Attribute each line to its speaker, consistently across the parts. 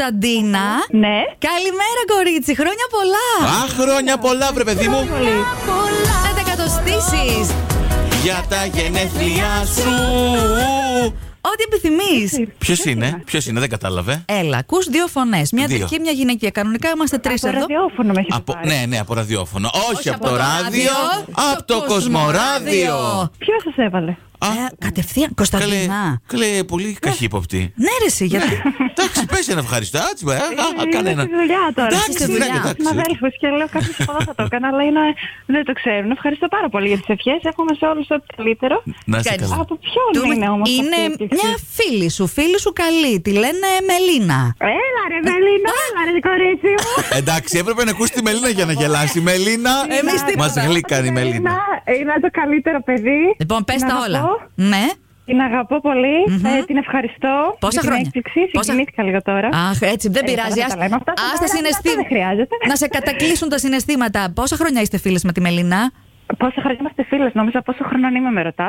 Speaker 1: Κωνσταντίνα.
Speaker 2: Ναι.
Speaker 1: Καλημέρα, κορίτσι. Χρόνια πολλά.
Speaker 3: Α, χρόνια πολλά, βρε παιδί μου!
Speaker 1: Πολλά. Να τα εκατοστήσεις.
Speaker 3: Για τα γενέθλιά σου!
Speaker 1: Ό,τι επιθυμείς.
Speaker 3: Ποιος είναι, ποιος είναι, δεν κατάλαβε.
Speaker 1: Έλα, ακούς δύο φωνές. Μια
Speaker 3: Δύο.
Speaker 1: και μια γυναικεία. Κανονικά είμαστε τρει
Speaker 2: Το
Speaker 1: εδώ.
Speaker 2: ραδιόφωνο με έχεις
Speaker 3: Από,
Speaker 2: πάρει.
Speaker 3: ναι, ναι, από ραδιόφωνο. Όχι από το ράδιο, από το κοσμοράδιο.
Speaker 2: Ποιος σας έβαλε.
Speaker 3: Α,
Speaker 1: Ε, κατευθείαν, Κωνσταντίνα.
Speaker 3: καλέ, πολύ καχύποπτη.
Speaker 1: Ναι, ρε, εσύ, γιατί.
Speaker 3: Εντάξει, πες ένα ευχαριστώ. Άτσι, α, α, α,
Speaker 2: Ε, Είναι
Speaker 3: κανένα.
Speaker 2: στη δουλειά τώρα.
Speaker 3: Εντάξει,
Speaker 1: Είσαι στη
Speaker 3: ναι,
Speaker 1: δουλειά.
Speaker 3: εντάξει.
Speaker 2: Συναδέλφου και λέω κάποιος από εδώ θα το έκανα, αλλά είναι, δεν το ξέρουν. Ευχαριστώ πάρα πολύ για τις ευχές. Εύχομαι σε όλους ό,τι καλύτερο.
Speaker 3: Να είσαι
Speaker 1: Ευχαριστώ.
Speaker 3: καλά.
Speaker 2: Από ποιον
Speaker 1: Του-
Speaker 2: είναι όμως
Speaker 1: είναι μια φίλη σου, φίλη σου καλή. Τη λένε Μελίνα.
Speaker 2: Έλα ρε Μελίνα, έλα ρε κορίτσι μου.
Speaker 3: Εντάξει, έπρεπε να ακούσει τη Μελίνα για να γελάσει. Η Μελίνα,
Speaker 1: Εμείς
Speaker 3: μα
Speaker 1: τίποτα.
Speaker 3: γλύκανε η Μελίνα.
Speaker 2: Είναι, είναι το καλύτερο παιδί.
Speaker 1: Λοιπόν, πες
Speaker 2: Την
Speaker 1: τα όλα.
Speaker 2: αγαπώ.
Speaker 1: Ναι.
Speaker 2: Την αγαπώ πολύ.
Speaker 1: Μμμ.
Speaker 2: ε, την ευχαριστώ.
Speaker 1: Πόσα
Speaker 2: για την
Speaker 1: χρόνια?
Speaker 2: έκπληξη.
Speaker 1: Πόσα-
Speaker 2: Συγκινήθηκα λίγο τώρα.
Speaker 1: Αχ, έτσι, δεν
Speaker 2: Ε,
Speaker 1: πειράζει.
Speaker 2: καλά
Speaker 1: Ας,
Speaker 2: τα λέμε αυτά,
Speaker 1: ας
Speaker 2: αυτά
Speaker 1: τα
Speaker 2: δεν-
Speaker 1: συναισθήματα.
Speaker 2: αυτά δεν χρειάζεται.
Speaker 1: Να σε κατακλείσουν τα συναισθήματα. Πόσα χρόνια είστε φίλες με τη Μελίνα.
Speaker 2: Πόσα χρόνια είμαστε φίλες, νόμιζα πόσο χρονών είμαι, με ρωτάς.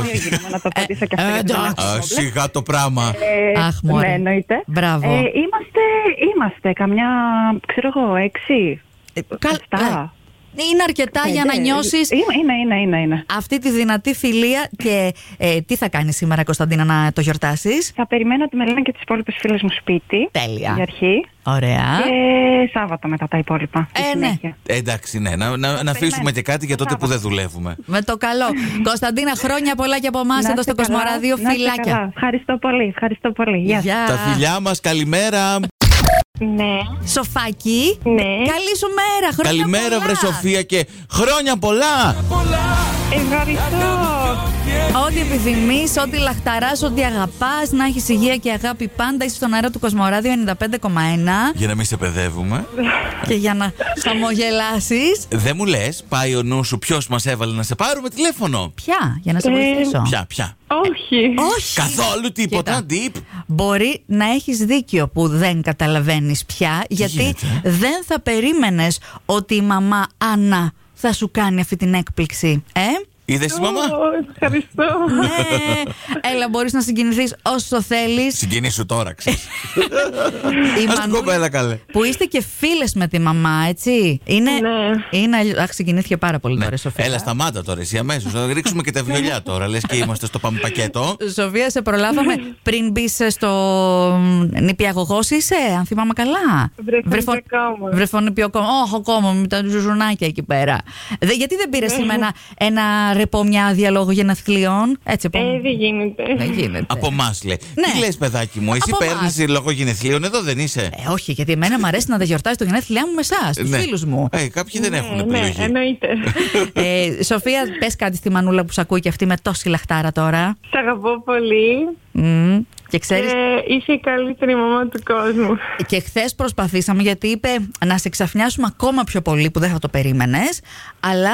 Speaker 3: όχι.
Speaker 2: γίνομαι να το απαντήσω και αυτό.
Speaker 1: Ε,
Speaker 2: γιατί δεν
Speaker 1: εντάξει.
Speaker 2: έχω
Speaker 3: Α,
Speaker 2: πρόβλημα.
Speaker 3: Σιγά το πράγμα.
Speaker 2: Ε,
Speaker 1: Αχ, μωρέ.
Speaker 2: Ναι, εννοείται.
Speaker 1: Μπράβο.
Speaker 2: Ε, είμαστε, είμαστε καμιά, ξέρω εγώ, έξι.
Speaker 1: Καλ-
Speaker 2: Εφτά. ε,
Speaker 1: ε, Είναι αρκετά για να
Speaker 2: πέντε.
Speaker 1: νιώσεις
Speaker 2: Είναι, είναι, είναι, είναι, είναι.
Speaker 1: αυτή τη δυνατή φιλία. Και ε, τι θα κάνεις σήμερα, Κωνσταντίνα, να το γιορτάσεις.
Speaker 2: Θα περιμένω τη Μελίνα και τις υπόλοιπες φίλες μου σπίτι.
Speaker 1: Τέλεια.
Speaker 2: Για αρχή.
Speaker 1: Ωραία.
Speaker 2: Ε, Και Σάββατο μετά τα υπόλοιπα. στη
Speaker 1: Ε, ναι.
Speaker 2: συνέχεια.
Speaker 3: Εντάξει, ναι, να, να, να αφήσουμε και κάτι για τότε που δεν δουλεύουμε.
Speaker 1: Με το
Speaker 2: ε,
Speaker 1: καλό. Κωνσταντίνα, χρόνια πολλά και από εμάς εδώ
Speaker 2: Να είστε
Speaker 1: στο
Speaker 2: καλά,
Speaker 1: Κοσμοράδιο.
Speaker 2: να είστε καλά.
Speaker 1: Φιλάκια.
Speaker 2: Ευχαριστώ πολύ. Ευχαριστώ πολύ. Γεια σας.
Speaker 1: Γεια.
Speaker 3: Τα φιλιά μας, καλημέρα.
Speaker 2: Ναι.
Speaker 1: Σοφάκι.
Speaker 2: Ναι.
Speaker 1: Καλή σου μέρα, χρόνια
Speaker 3: Καλημέρα,
Speaker 1: πολλά.
Speaker 3: βρε Σοφία και χρόνια πολλά.
Speaker 2: Ευχαριστώ.
Speaker 1: Ό,τι επιθυμείς, ό,τι λαχταράς, ό,τι αγαπάς, να έχεις υγεία και αγάπη πάντα. Είσαι στον αέρα του Κοσμοράδιο 95,1.
Speaker 3: Για να μην σε παιδεύουμε.
Speaker 1: και για να χαμογελάσεις.
Speaker 3: Δεν μου λες, πάει ο νους σου ποιος μας έβαλε να σε πάρουμε τηλέφωνο.
Speaker 1: Ποια, για να σε
Speaker 2: Ε,
Speaker 1: βοηθήσω.
Speaker 3: Ποια, ποια.
Speaker 2: Όχι.
Speaker 1: Όχι.
Speaker 3: Καθόλου τίποτα. Deep.
Speaker 1: Μπορεί να έχεις δίκιο που δεν καταλαβαίνεις πια, γιατί
Speaker 3: γίνεται, ε?
Speaker 1: δεν θα περίμενες ότι η μαμά Άννα θα σου κάνει αυτή την έκπληξη. Ε?
Speaker 3: Είδες τη μαμά.
Speaker 2: Ω, Ευχαριστώ.
Speaker 1: ναι. Έλα, μπορείς να συγκινηθείς όσο θέλεις.
Speaker 3: Συγκινήσου τώρα, ξέρεις.
Speaker 1: Η
Speaker 3: Ας την
Speaker 1: Μανούλα-
Speaker 3: κοπέλα, καλέ.
Speaker 1: Που είστε και φίλες με τη μαμά, έτσι. Είναι.
Speaker 2: Ναι.
Speaker 1: είναι αλλιώς- Αχ, συγκινήθηκε πάρα πολύ τώρα, η Σοφία.
Speaker 3: Ναι, Έλα, σταμάτα τώρα εσύ αμέσως. Θα ρίξουμε και τα βιολιά τώρα. Λες και είμαστε στο παμπακέτο.
Speaker 1: Σοφία, σε προλάβαμε πριν μπεις στο νηπιαγωγός, είσαι, αν θυμάμαι καλά.
Speaker 2: Βρεφονιπιακόμο.
Speaker 1: Βρεφονιπιακόμο. Όχι, ακόμα με τα ζουζουνάκια εκεί πέρα. Δε, γιατί δεν πήρες σήμερα ένα, ένα ρεπό, μια διαλόγου γενεθλίων. Έτσι, από...
Speaker 4: Ε, δεν γίνεται.
Speaker 1: δεν γίνεται.
Speaker 3: Από εμάς λέει.
Speaker 1: Ναι.
Speaker 3: Τι λες, παιδάκι μου, εσύ
Speaker 1: Από μας.
Speaker 3: παίρνεις λόγω γενεθλίων, εδώ δεν είσαι.
Speaker 1: Ε, όχι, γιατί εμένα μου αρέσει να τα γιορτάζει το γενέθλιά μου με εσάς, τους
Speaker 3: Ναι.
Speaker 1: φίλους μου.
Speaker 3: Ε, κάποιοι δεν έχουν
Speaker 4: ναι,
Speaker 3: επιλογή.
Speaker 4: εννοείται.
Speaker 1: ε, Σοφία, πες κάτι στη μανούλα που σ' ακούει και αυτή με τόση λαχτάρα τώρα.
Speaker 4: Σ' αγαπώ πολύ.
Speaker 1: Μμμ. Και ξέρεις,
Speaker 4: Ε, είσαι η καλύτερη μαμά του κόσμου.
Speaker 1: και χθες προσπαθήσαμε γιατί είπε να σε ξαφνιάσουμε ακόμα πιο πολύ που δεν θα το περίμενες. Αλλά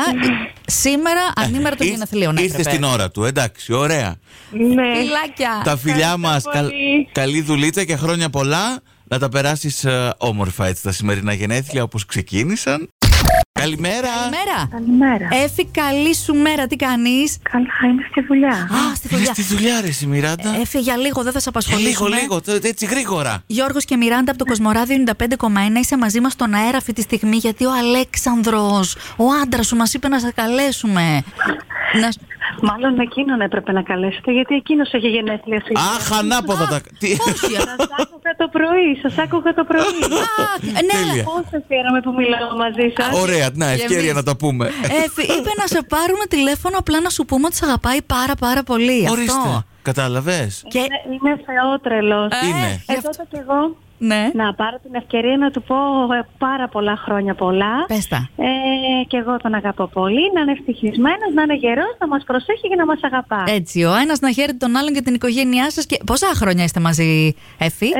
Speaker 1: σήμερα, ανήμερα των
Speaker 3: Ήρθ-
Speaker 1: γενεθλίων.
Speaker 3: Ε, Ήρθε στην ώρα του, εντάξει, ωραία.
Speaker 4: ναι.
Speaker 1: Φιλάκια.
Speaker 3: τα φιλιά μα,
Speaker 4: πολύ.
Speaker 3: καλή δουλίτσα και χρόνια πολλά. Να τα περάσεις όμορφα έτσι τα σημερινά γενέθλια όπως ξεκίνησαν. Καλημέρα.
Speaker 1: Μέρα.
Speaker 2: Καλημέρα.
Speaker 1: Έφη, καλή σου μέρα. Τι κάνεις.
Speaker 2: Καλά, είμαι στη δουλειά.
Speaker 1: Α, στη
Speaker 3: Είναι
Speaker 1: δουλειά. Ε,
Speaker 3: στη δουλειά, ρε, η Μιράντα.
Speaker 1: Έφη, για λίγο δεν θα σε
Speaker 3: Για λίγο,
Speaker 1: απασχολήσουμε.
Speaker 3: λίγο, τε- έτσι γρήγορα.
Speaker 1: Γιώργος και Μιράντα από το Κοσμοράδιο 95,1 είσαι μαζί μας στον αέρα αυτή τη στιγμή γιατί ο Αλέξανδρος, ο άντρας σου μας είπε να σε καλέσουμε. να... σ-
Speaker 3: Ε,
Speaker 2: Μάλλον εκείνον έπρεπε να καλέσετε, γιατί εκείνος έχει γενέθλια σήμερα.
Speaker 3: Αχ, ανάποδα τα. Τι-
Speaker 1: Όχι, α-
Speaker 2: Σα άκουγα το πρωί, σας άκουγα το πρωί.
Speaker 1: Α, ναι,
Speaker 3: ε, Τέλεια.
Speaker 2: Πόσο χαίρομαι που μιλάω μαζί σας.
Speaker 3: Ωραία, να,
Speaker 1: Και
Speaker 3: ευκαιρία
Speaker 1: εμείς.
Speaker 3: να το πούμε.
Speaker 1: Εφη, ε, είπε να σε πάρουμε τηλέφωνο απλά να σου πούμε ότι σε αγαπάει πάρα πάρα πολύ.
Speaker 3: Ορίστε.
Speaker 1: Αυτό.
Speaker 3: Κατάλαβες.
Speaker 1: Και...
Speaker 2: Είναι θεότρελος.
Speaker 1: Ε,
Speaker 3: Είναι.
Speaker 1: γι'
Speaker 2: Ε,
Speaker 1: αυτό-
Speaker 2: τότε κι εγώ
Speaker 1: Ναι.
Speaker 2: να πάρω την ευκαιρία να του πω ε, πάρα πολλά χρόνια πολλά.
Speaker 1: Πες τα.
Speaker 2: Ε, και εγώ τον αγαπώ πολύ. Να είναι ευτυχισμένος, να είναι γερός, να μας προσέχει και να μας αγαπά.
Speaker 1: Έτσι, ο ένας να χαίρεται τον άλλον και την οικογένειά σας. Και... Πόσα χρόνια είστε μαζί, Εφη?
Speaker 2: Ε,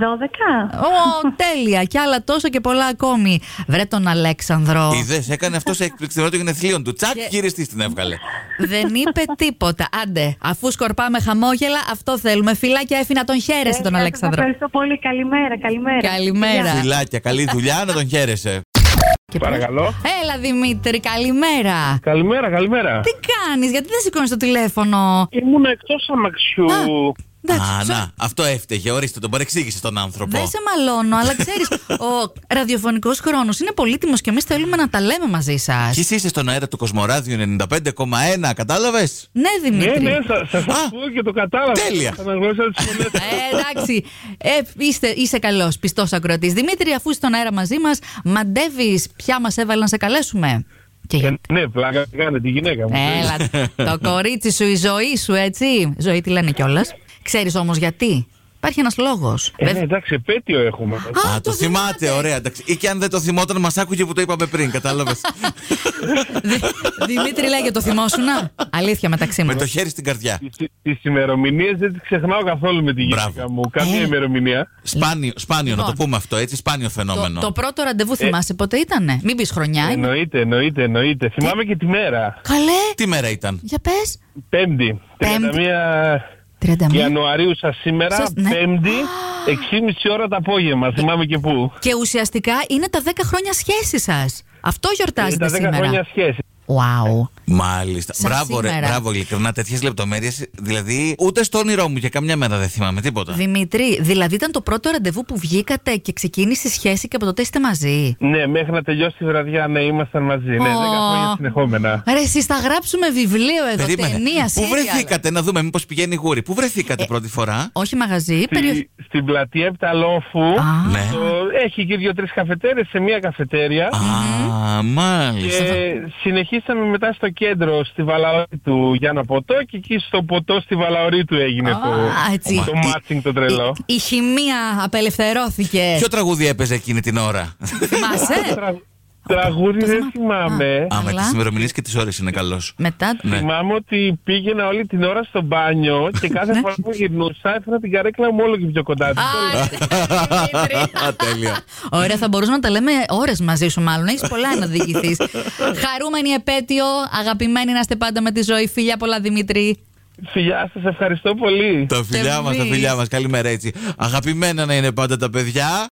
Speaker 2: 12.
Speaker 1: Ω, τέλεια! Και άλλα τόσο και πολλά ακόμη. Βρε τον Αλέξανδρο.
Speaker 3: Είδες, έκανε αυτό σε έκπληξη την ώρα των γενεθλίων του. Τσακ, χειριστή την έβγαλε.
Speaker 1: Δεν είπε τίποτα. Άντε, αφού σκορπάμε χαμόγελα, αυτό θέλουμε. Φιλάκια, Εφη, να τον χαίρεσαι τον
Speaker 2: Ε, σας
Speaker 1: Αλέξανδρο.
Speaker 2: Ευχαριστώ πολύ. Καλημέρα, καλημέρα.
Speaker 1: Καλημέρα.
Speaker 3: Φιλάκια, καλή δουλειά, να τον χαίρεσαι.
Speaker 1: Και πώς-
Speaker 5: Παρακαλώ.
Speaker 1: Έλα, Δημήτρη, καλημέρα.
Speaker 5: Καλημέρα, καλημέρα.
Speaker 1: Τι κάνεις, γιατί δεν σηκώνεις το τηλέφωνο.
Speaker 5: Ήμουν εκτός αμαξιού.
Speaker 1: Εντάξει,
Speaker 3: Α,
Speaker 1: σω-
Speaker 3: να, αυτό έφταιγε. Ορίστε τον, παρεξήγησε τον άνθρωπο.
Speaker 1: Δεν σε μαλώνω, αλλά ξέρεις, ο ραδιοφωνικός χρόνος είναι πολύτιμος και εμείς θέλουμε να τα λέμε μαζί σας.
Speaker 3: Και εσύ είσαι στον αέρα του Κοσμοράδιου 95,1, κατάλαβες.
Speaker 1: Ναι,
Speaker 5: Ναι,
Speaker 1: Δημήτρη.
Speaker 5: ναι, σα σας
Speaker 3: Α,
Speaker 5: ακούω και το κατάλαβα.
Speaker 3: τέλεια.
Speaker 5: Θα με γνωρίσατε τις φωνές σας.
Speaker 1: Ε, εντάξει. Ε, είστε, είσαι καλός, πιστός ακροατής. Δημήτρη, αφού είσαι στον αέρα μαζί μας, μαντεύεις ποια μας έβαλε να σε καλέσουμε. Και
Speaker 5: Ε,
Speaker 1: γιατί.
Speaker 5: Ναι, πλάκα κάνε τη γυναίκα μου.
Speaker 1: Έλα. το κορίτσι σου, η ζωή σου, έτσι. Ζωή τη λένε κιόλας. Ξέρεις όμως γιατί. Υπάρχει ένας λόγος.
Speaker 5: Ε, ναι, εντάξει, επέτειο έχουμε.
Speaker 3: Α, το θυμάται, ωραία. εντάξει. Ή και αν δεν το θυμόταν, μας άκουγε που το είπαμε πριν, κατάλαβες.
Speaker 1: Δημήτρη, λέγε το θυμόσουνα. Αλήθεια μεταξύ μας.
Speaker 3: Με το χέρι στην καρδιά.
Speaker 5: Τις- Τις ημερομηνίες δεν τις ξεχνάω καθόλου με τη γυναίκα
Speaker 3: Μπράβο.
Speaker 5: μου. Καμία ημερομηνία.
Speaker 3: Σπάνιο, σπάνιο να το
Speaker 1: Λοιπόν.
Speaker 3: πούμε αυτό, έτσι. Σπάνιο φαινόμενο.
Speaker 1: Το, το πρώτο
Speaker 5: Ε.
Speaker 1: ραντεβού θυμάσαι πότε ήτανε. Μην πεις χρονιά. είναι-
Speaker 5: Εννοείται, εννοείται, εννοείται. Θυμάμαι και τη μέρα.
Speaker 1: Καλέ,
Speaker 3: Τι μέρα ήταν.
Speaker 1: για πες.
Speaker 5: Πέμπτη,
Speaker 1: Πέμπτη.
Speaker 5: 31
Speaker 1: 31.
Speaker 5: Ιανουαρίου σα σήμερα,
Speaker 1: Σας- ναι.
Speaker 5: Πέμπτη, 6.30 ώρα το απόγευμα. Θυμάμαι και πού.
Speaker 1: Και ουσιαστικά είναι τα 10 χρόνια σχέση σας. Αυτό
Speaker 5: Είναι Ε, τα
Speaker 1: γιορτάζετε
Speaker 5: 10
Speaker 1: σήμερα.
Speaker 5: χρόνια σχέση.
Speaker 1: Wow.
Speaker 3: Μάλιστα.
Speaker 1: Σαν
Speaker 3: μπράβο, ρε,
Speaker 1: σήμερα.
Speaker 3: μπράβο, ειλικρινά. Τέτοιες λεπτομέρειες. Δηλαδή, ούτε στο όνειρό μου για καμιά μέρα δεν θυμάμαι τίποτα.
Speaker 1: Δημήτρη, δηλαδή ήταν το πρώτο ραντεβού που βγήκατε και ξεκίνησε η σχέση και από τότε είστε μαζί.
Speaker 5: Ναι, μέχρι να τελειώσει η βραδιά, ναι, ήμασταν μαζί. Ναι, 10
Speaker 1: Ω.
Speaker 5: χρόνια συνεχόμενα.
Speaker 1: Ρε, εσείς θα γράψουμε βιβλίο εδώ, ταινία,
Speaker 3: Πού
Speaker 1: serial.
Speaker 3: βρεθήκατε, να δούμε μήπως πηγαίνει γούρι. Πού βρεθήκατε
Speaker 1: Ε,
Speaker 3: πρώτη φορά.
Speaker 1: Όχι μαγαζί, περιοχή.
Speaker 5: Στη- στην πλατεία Επταλόφου.
Speaker 1: Α.
Speaker 3: Ναι.
Speaker 5: το- έχει και δύο-τρει καφετέρες σε μία καφετέρια.
Speaker 1: Ε,
Speaker 3: Α, μάλιστα.
Speaker 5: Και συνεχίσαμε μετά στο κέντρο στη Βαλαωρή του για ένα ποτό και εκεί στο ποτό στη Βαλαωρή του έγινε
Speaker 1: Α,
Speaker 5: το,
Speaker 1: έτσι.
Speaker 5: το matching το τρελό.
Speaker 1: Η, η χημεία απελευθερώθηκε. ε?
Speaker 3: Ποιο τραγούδι έπαιζε εκείνη την ώρα.
Speaker 1: Θυμάσαι.
Speaker 5: Τρα- Τραγούδι δεν θυμάμαι.
Speaker 3: Α, με
Speaker 1: Αλλά-
Speaker 3: τις ημερομηνίες και τις ώρες είναι καλός.
Speaker 1: Μετά.
Speaker 3: Ναι.
Speaker 5: Θυμάμαι ότι πήγαινα όλη την ώρα στο μπάνιο και κάθε φορά που γυρνούσα έφερα την καρέκλα μου όλο και πιο κοντά της.
Speaker 1: Α, Δημήτρη.
Speaker 3: Τέλεια.
Speaker 1: Ωραία, θα μπορούσαμε να τα λέμε ώρες μαζί σου, μάλλον. Έχεις πολλά να διηγηθείς. Χαρούμενη επέτειο, αγαπημένοι να είστε πάντα με τη ζωή. Φιλιά πολλά, Δημήτρη.
Speaker 5: Φιλιά σας, ευχαριστώ πολύ.
Speaker 3: Τα φιλιά μας, τα
Speaker 1: εμείς.
Speaker 3: φιλιά μας. Καλημέρα έτσι. Αγαπημένα να είναι πάντα τα παιδιά.